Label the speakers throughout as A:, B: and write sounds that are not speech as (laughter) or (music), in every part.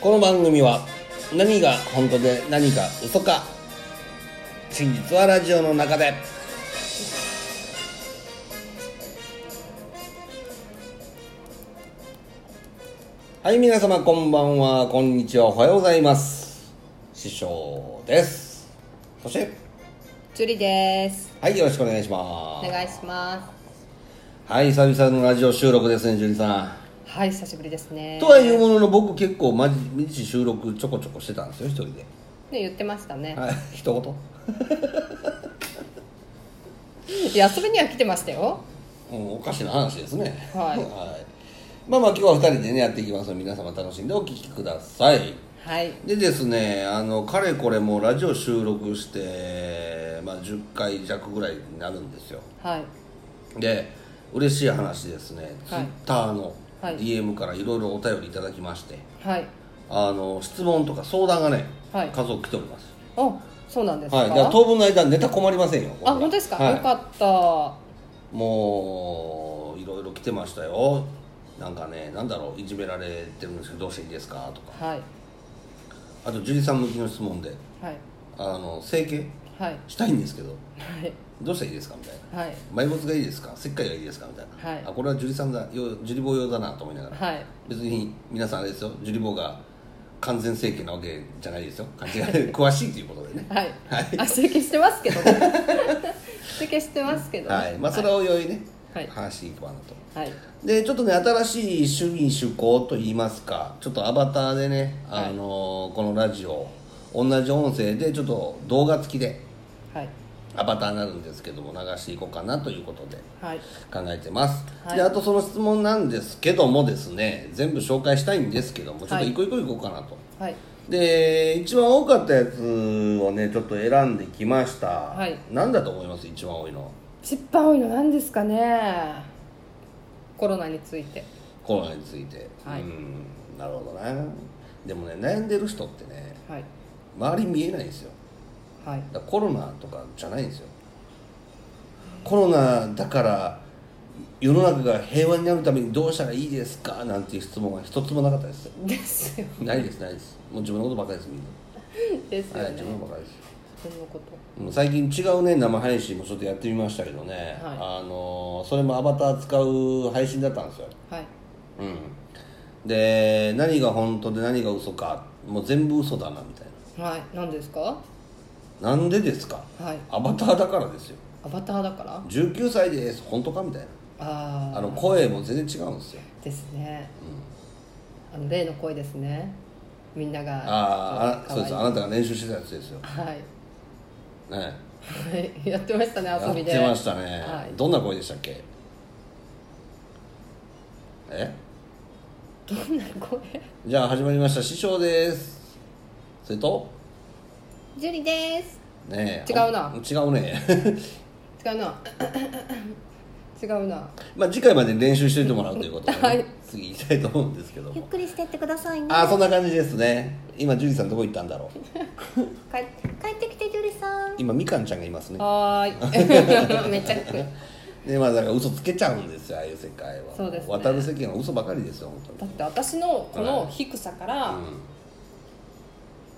A: この番組は何が本当で何が嘘か真実はラジオの中ではい皆様こんばんはこんにちはおはようございます師匠ですそして
B: ジュリです。
A: はいよろしくお願いしま
B: お
A: す
B: 願いします。
A: はい久々のラジオ収録ですね樹里さ
B: はい、久しぶりです
A: ん
B: ね。
A: とはいうものの僕結構毎日収録ちょこちょこしてたんですよ一人で
B: ね、言ってましたね。
A: はい一言
B: いや遊びには来てましたよ。
A: うん、おかしな話ですね
B: はい
A: まあまあ今日は2人でねやっていきますので皆様楽しんでお聞きください
B: はい。
A: でですねあのかれこれもうラジオ収録して、まあ、10回弱ぐらいになるんですよ
B: はい。
A: で嬉しい話ですね、ツイ
B: はい
A: ッターの
B: はい
A: DM からいろいろお便りいただきまして、
B: はい。
A: あの質問とか相談がね、
B: はい
A: 数多く来ております
B: あ、そうなんですか。
A: はい、だから当分の間ネタ困りませんよ僕
B: あ、
A: は
B: 本当ですか。
A: はい
B: よかった。
A: もういろいろ来てましたよなんかねなんだろういじめられてるんですけどどうしていいですかとか
B: はい。
A: あと樹里さん向きの質問で
B: はい。
A: あの整形
B: はい。
A: したいんですけど
B: はい。
A: どうしたらいいですかみたいな
B: はい。
A: 埋没がいいですか石灰がいいですかみたいな、
B: はい
A: あこれは樹里さんだよ樹里坊用だなと思いながら、
B: はい。
A: 別に皆さんあれですよ樹里坊が完全整形なわけじゃないですよ勘違い
B: (laughs)
A: 詳しいということでね
B: はい。
A: はい
B: あ、整形してますけ
A: (laughs)
B: どね。整形してますけどね。
A: はいまあそれはおいおいね、
B: はい
A: 話していけばなと
B: はい。
A: でちょっとね新しい趣味趣向といいますかちょっとアバターでね、
B: はい
A: あのこのラジオ同じ音声でちょっと動画付きで
B: はい。
A: アバターになるんですけども流していこうかなということで
B: はい。
A: 考えてます、
B: はい
A: であとその質問なんですけどもですね全部紹介したいんですけどもちょっと
B: はい
A: 一個一個いこうかなと、
B: はい。
A: で一番多かったやつをねちょっと選んできました、
B: い
A: 何だと思います一番多いの
B: 一番多いのなんですかね。コロナについて。
A: コロナについて、
B: はい
A: うんなるほどねでもね悩んでる人ってね
B: はい。
A: 周り見えないんですよ
B: はい。
A: だからコロナとかじゃないんですよコロナだから世の中が平和になるためにどうしたらいいですかなんていう質問は一つもなかったです
B: ですよ。
A: ないですないですもう自分のことばっかり (laughs) ですみん
B: ですよ
A: な、
B: ね。
A: はい、自分のことばっかりです
B: 自分のこと。
A: うん最近違うね生配信もちょっとやってみましたけどね、
B: はい
A: あのーそれもアバター使う配信だったんですよ
B: はい
A: うん、で何が本当で何が嘘かもう全部嘘だなみたい
B: はい何ですか
A: ななんでですか
B: はい
A: アバターだからですよ
B: アバターだから
A: 19歳です本当かみたい
B: あ
A: な
B: あ
A: あの声も全然違うんですよ、
B: ですね、あの例の声ですねみんなが
A: あーあそうですあ
B: は
A: なたが練習してたやつですよ、
B: い
A: ね、
B: はい (laughs) やってましたね
A: や
B: 遊
A: っ
B: びで
A: てましたね、
B: はい
A: どんな声でしたっけえ
B: どんな声
A: じゃあ始まりました師匠ですそれと
B: ジュリです
A: ねえ
B: 違うな
A: あ違うね
B: 違うな (coughs) 違うな
A: まあ次回まで練習しておいてもらうということで、ね
B: (laughs) はい
A: 次行きたいと思うんですけども
B: くりしてってください
A: ああそんな感じですね今ジュリさんどこ行ったんだろう
B: 帰ってきてジュリさん
A: 今みかんちゃんがいますね (laughs)
B: はーい (laughs) めちゃく
A: でまあだから嘘つけちゃうんですよああいう世界は
B: そうですね
A: 渡る世間は嘘ばかりですよ本当
B: だ
A: に
B: って私のこの低さから、
A: うん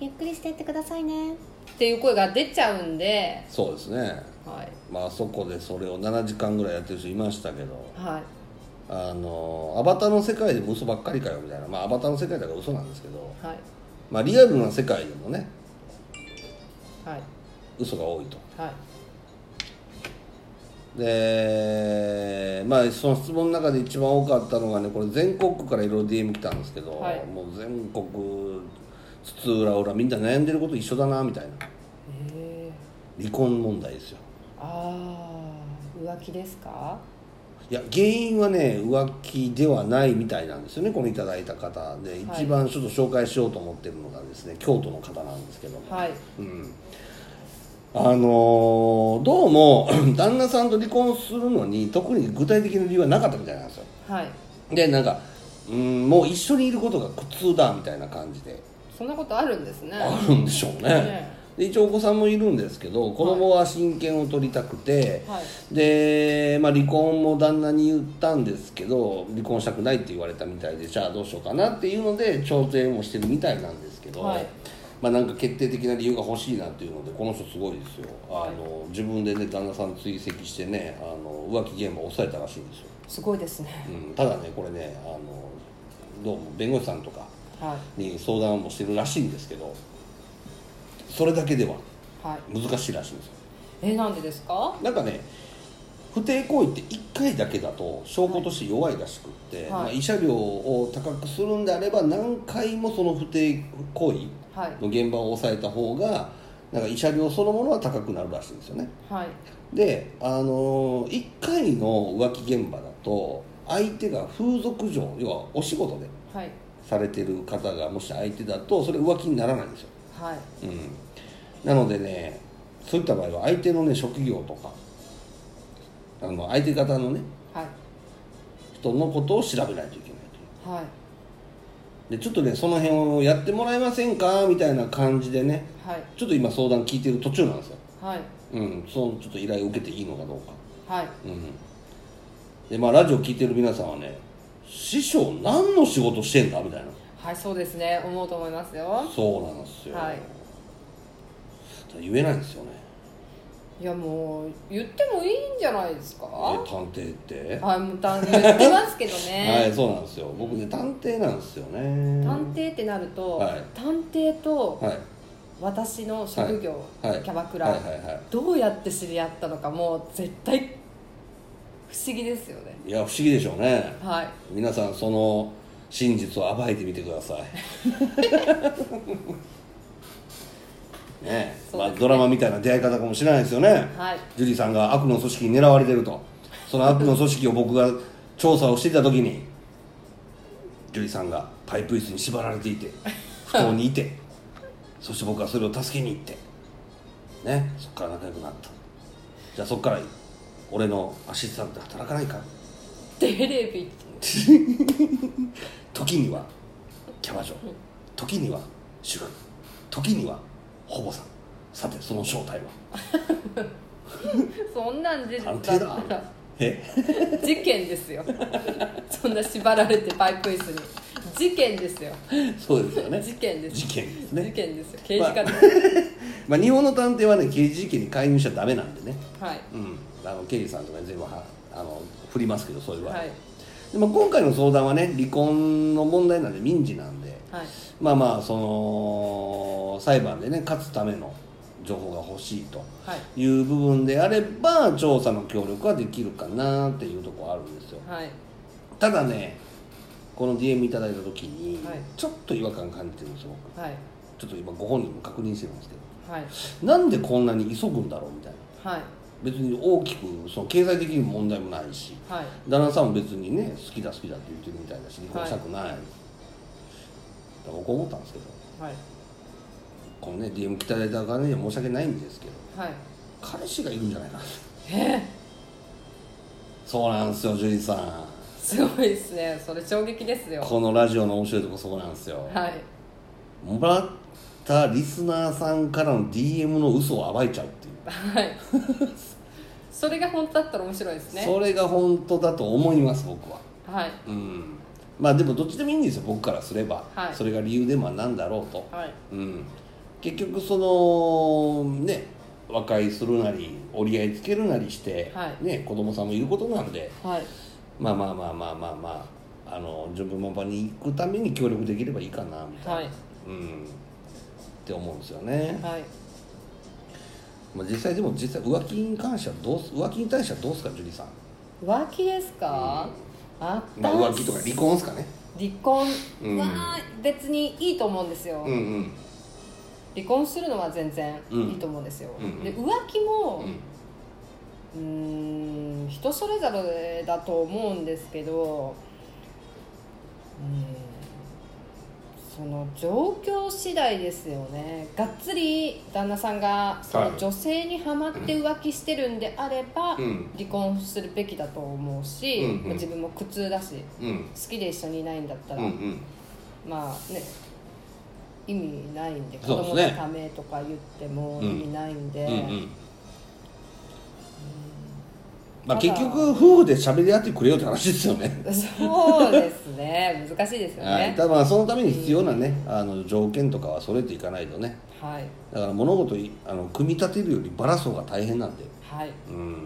B: ゆっくりしていってくださいねっていう声が出ちゃうんで
A: そうですね
B: はい
A: まああそこでそれを7時間ぐらいやってる人いましたけど
B: はい
A: あのアバターの世界でも嘘ばっかりかよみたいなまあアバターの世界だから嘘なんですけど
B: はい
A: まあリアルな世界でもね
B: はい
A: 嘘が多いと
B: はい
A: でまあその質問の中で一番多かったのがねこれ全国区からいろいろ DM 来たんですけど、
B: はい
A: もう全国津々浦々みんな悩んでること一緒だなみたいな
B: え
A: 離婚問題ですよ
B: ー、ああ浮気ですか
A: いや原因はね浮気ではないみたいなんですよねこのいただいた方で
B: はい
A: 一番ちょっと紹介しようと思ってるのがですね、京都の方なんですけども、
B: はい
A: うんあのーどうも (clears throat) 旦那さんと離婚するのに特に具体的な理由はなかったみたいなんですよ
B: はい
A: でなんかうんもう一緒にいることが苦痛だみたいな感じで
B: そんなことあるんですね
A: あるんでしょうね
B: ね
A: で一応お子さんもいるんですけど子供は親権を取りたくて、
B: はい
A: で、まあ、離婚も旦那に言ったんですけど離婚したくないって言われたみたいでじゃあどうしようかなっていうので調停もしてるみたいなんですけど、
B: はい
A: まあ、なんか決定的な理由が欲しいなっていうのでこの人すごいですよあの自分でね旦那さん追跡してねあの浮気現場を抑えたらしいんですよ、
B: すごいですね
A: うん、ただねこれねあのどうも弁護士さんとか
B: は
A: に相談もしてるらしいんですけどそれだけではい
B: はい
A: 難しいらしいんですよ
B: えなんでですか
A: なんかね不貞行為って1回だけだと証拠として弱いらしくって、
B: はい
A: まあ、慰謝料を高くするんであれば何回もその不貞行為
B: はい
A: の現場を抑えた方がなんか慰謝料そのものは高くなるらしいんですよね
B: はい
A: で、あの1回の浮気現場だと相手が風俗嬢要はお仕事で
B: はい
A: されてる方がもし相手だとそれ浮気にならないんですよ、
B: はい
A: うん、なのでねそういった場合は相手のね職業とかあの相手方のね
B: はい
A: 人のことを調べないといけないと
B: はい
A: いうでちょっとねその辺をやってもらえませんかみたいな感じでね
B: はい
A: ちょっと今相談聞いてる途中なんですよ
B: はい
A: うんそのちょっと依頼を受けていいのかどうか
B: はい
A: うんでまあラジオ聞いてる皆さんはね師匠何の仕事してんだみたいな
B: はいそうですね思うと思いますよ
A: そうなんですよ、
B: はい
A: 言えないんですよね
B: いやもう言ってもいいんじゃないですか
A: え
B: は
A: 探偵って
B: いもうた言ってますけど
A: は (laughs) い、
B: ね、
A: そうなんですよ。僕ね、探偵なんですよね。
B: 探偵ってなると、
A: はい
B: 探偵と
A: はい。
B: 私の職業、
A: はい。
B: キャバクラ、
A: はいはいは
B: どうやって知り合ったのかもう絶対不思議ですよね
A: い。いや、不思議でしょうね。
B: はい
A: 皆さん、その真実を暴いてみてくだ
B: (laughs)
A: さい。ねえ
B: そう
A: ま
B: ですね
A: あ、ドラマみたいな出会い方かもしれないですよね。
B: はい
A: ジュリーさんが悪の組織に狙われてると。その悪の組織を僕が調査をしていた時に、ジュリーさんがパイプ椅子に縛られていて、不当にいて、そして僕はそれを助けに行って、ね、そこから仲良くなった。じゃあそこから俺のアシスタントで働かないか。
B: テレビ (laughs)
A: 時にはキャバ嬢時には主婦時にはほぼさんさてその正体は
B: そんなん出てた
A: 探偵
B: (laughs)
A: だ
B: ら
A: え
B: 事件ですよ (laughs) そんな縛られてパイプ椅子に事件ですよ
A: そうですよね
B: 事件です
A: 事件です
B: 事
A: ね、
B: 件ですよ刑事課で
A: まあ、日本の探偵はね刑事事件に介入しちゃダメなんでね
B: はい
A: うんあの刑事さんとかに全部はあの振りますけどそういう場合、
B: はい
A: でまあ、今回の相談はね離婚の問題なんで民事なんで
B: はい
A: まあまあその裁判でね勝つための情報が欲しいと
B: はい
A: いう部分であれば調査の協力はできるかなっていうところあるんですよ
B: はい
A: ただねこの DM いただいた時に
B: はい
A: ちょっと違和感感じてるんですよ僕
B: はい
A: ちょっと今ご本人も確認してるんですけ
B: はい
A: どなんでこんなに急ぐんだろうみたいな
B: はい
A: 別に大きくその経済的にも問題もないし
B: はい
A: 旦那さんも別にね好きだ好きだって言ってるみたいだし離婚したくない、だから僕思ったんですけど
B: はい
A: このね DM いただいた側には申し訳ないんですけど
B: はい
A: 彼氏がいるんじゃないかなそうなんですよ樹里さん
B: すごいですねそれ衝撃ですよ
A: このラジオの面白いとこそこなんですよ
B: はい
A: もらったリスナーさんからの DM の嘘を暴いちゃうっていう、 (laughs)
B: はいそれが本当だったら面白いですね
A: それが本当だと思います僕は
B: はい
A: うんまあでもどっちでもいいんですよ僕からすれば、
B: はい
A: それが理由でもなんだろうと、
B: はい
A: うん、結局そのね和解するなり折り合いつけるなりして、
B: はい
A: ね、子供さんもいることなんで
B: はい
A: まあまあまあまあまあまああの順分満帆に行くために協力できればいいかなみたいな、
B: はい
A: うんって思うんですよね、
B: はい
A: まあ、実際でも実際浮気に関してはどうす浮気に対してはどうですか樹里さん、
B: 浮気ですか、あ
A: まあ、浮気とか離婚ですかね
B: 離婚
A: うん
B: は別にいいと思うんですよ、
A: うんうん
B: 離婚するのは全然
A: うん
B: いいと思うんですよ、
A: うんうん
B: で浮気も
A: うん
B: うーん人それぞれだと思うんですけどうんその状況次第ですよねがっつり旦那さんがそ
A: は
B: の
A: い
B: 女性にはまって浮気してるんであれば、
A: うん
B: 離婚するべきだと思うし、
A: うんうん
B: 自分も苦痛だし
A: うん
B: 好きで一緒にいないんだった
A: うん
B: ら、
A: うん
B: まあね意味ないんで子
A: そうです
B: 供
A: ね
B: のためとか言っても
A: うん
B: 意味ないんで、
A: うんうんまあ
B: ただ
A: 結局夫婦で喋り合ってくれよって話ですよ
B: (laughs)
A: ね
B: そうですね難しいですよ
A: はい、
B: ね
A: ただまあそのために必要なね、あの条件とかは揃えていかないとね
B: はい
A: だから物事いあの組み立てるよりバラす方が大変なんで
B: はい
A: うん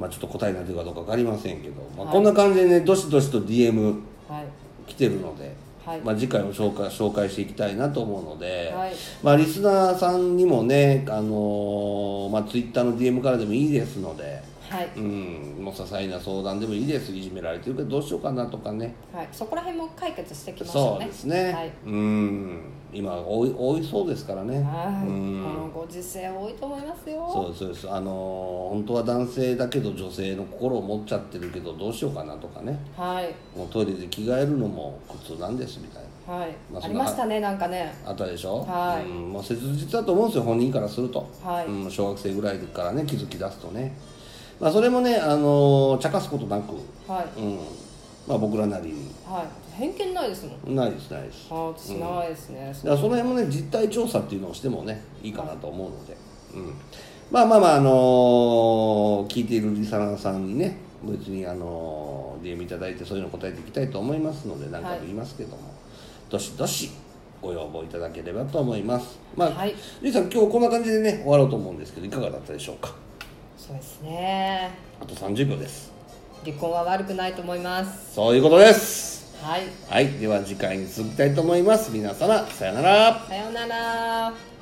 A: まあちょっと答えになってるかどうか分かりませんけど、まあ、
B: はい
A: こんな感じでねどしどしと DM
B: はい
A: 来てるので、
B: はい
A: まあ、次回も紹介紹介していきたいなと思うので、
B: はい
A: まあ、リスナーさんにもね、あのーまあ、Twitter の DM からでもいいですので、
B: はい
A: うん、もう些細な相談でもいいですいじめられてるけどどうしようかなとかね
B: はいそこら辺も解決してきましたね
A: そうですね、
B: はい
A: うん今多い多いそうですからね
B: はい、
A: うん
B: このご時世多いと思いますよ
A: そうですそうですあのー本当は男性だけど女性の心を持っちゃってるけどどうしようかなとかね
B: はい
A: もうトイレで着替えるのも苦痛なんですみたいな
B: はい、
A: まあそんな
B: あ、りましたねなんかね
A: あったでしょ、
B: はい
A: うん、もう切実だと思うんですよ本人からすると、
B: はい
A: うん、小学生ぐらいからね気づき出すとね、まあ、それもねあのー茶化すことなく、
B: はい
A: うんまあ、僕らなりに
B: はい偏見ないですもん
A: ないですないです
B: あ私ないですね、
A: だからその辺もね実態調査っていうのをしてもねいいかなと思うので、うん、まあまあまああのー聞いているリサナーさんにね別にあのー DM いただいてそういうの答えていきたいと思いますので何回も言いますけども、どしどしご要望いただければと思いますまあ、
B: はい
A: リサさん今日こんな感じでね終わろうと思うんですけどいかがだったでしょうか
B: そうですね
A: あと30秒です
B: 離婚は悪くないと思います
A: そういうことです
B: はい
A: はいでは次回に続きたいと思います皆様さよなら
B: さようなら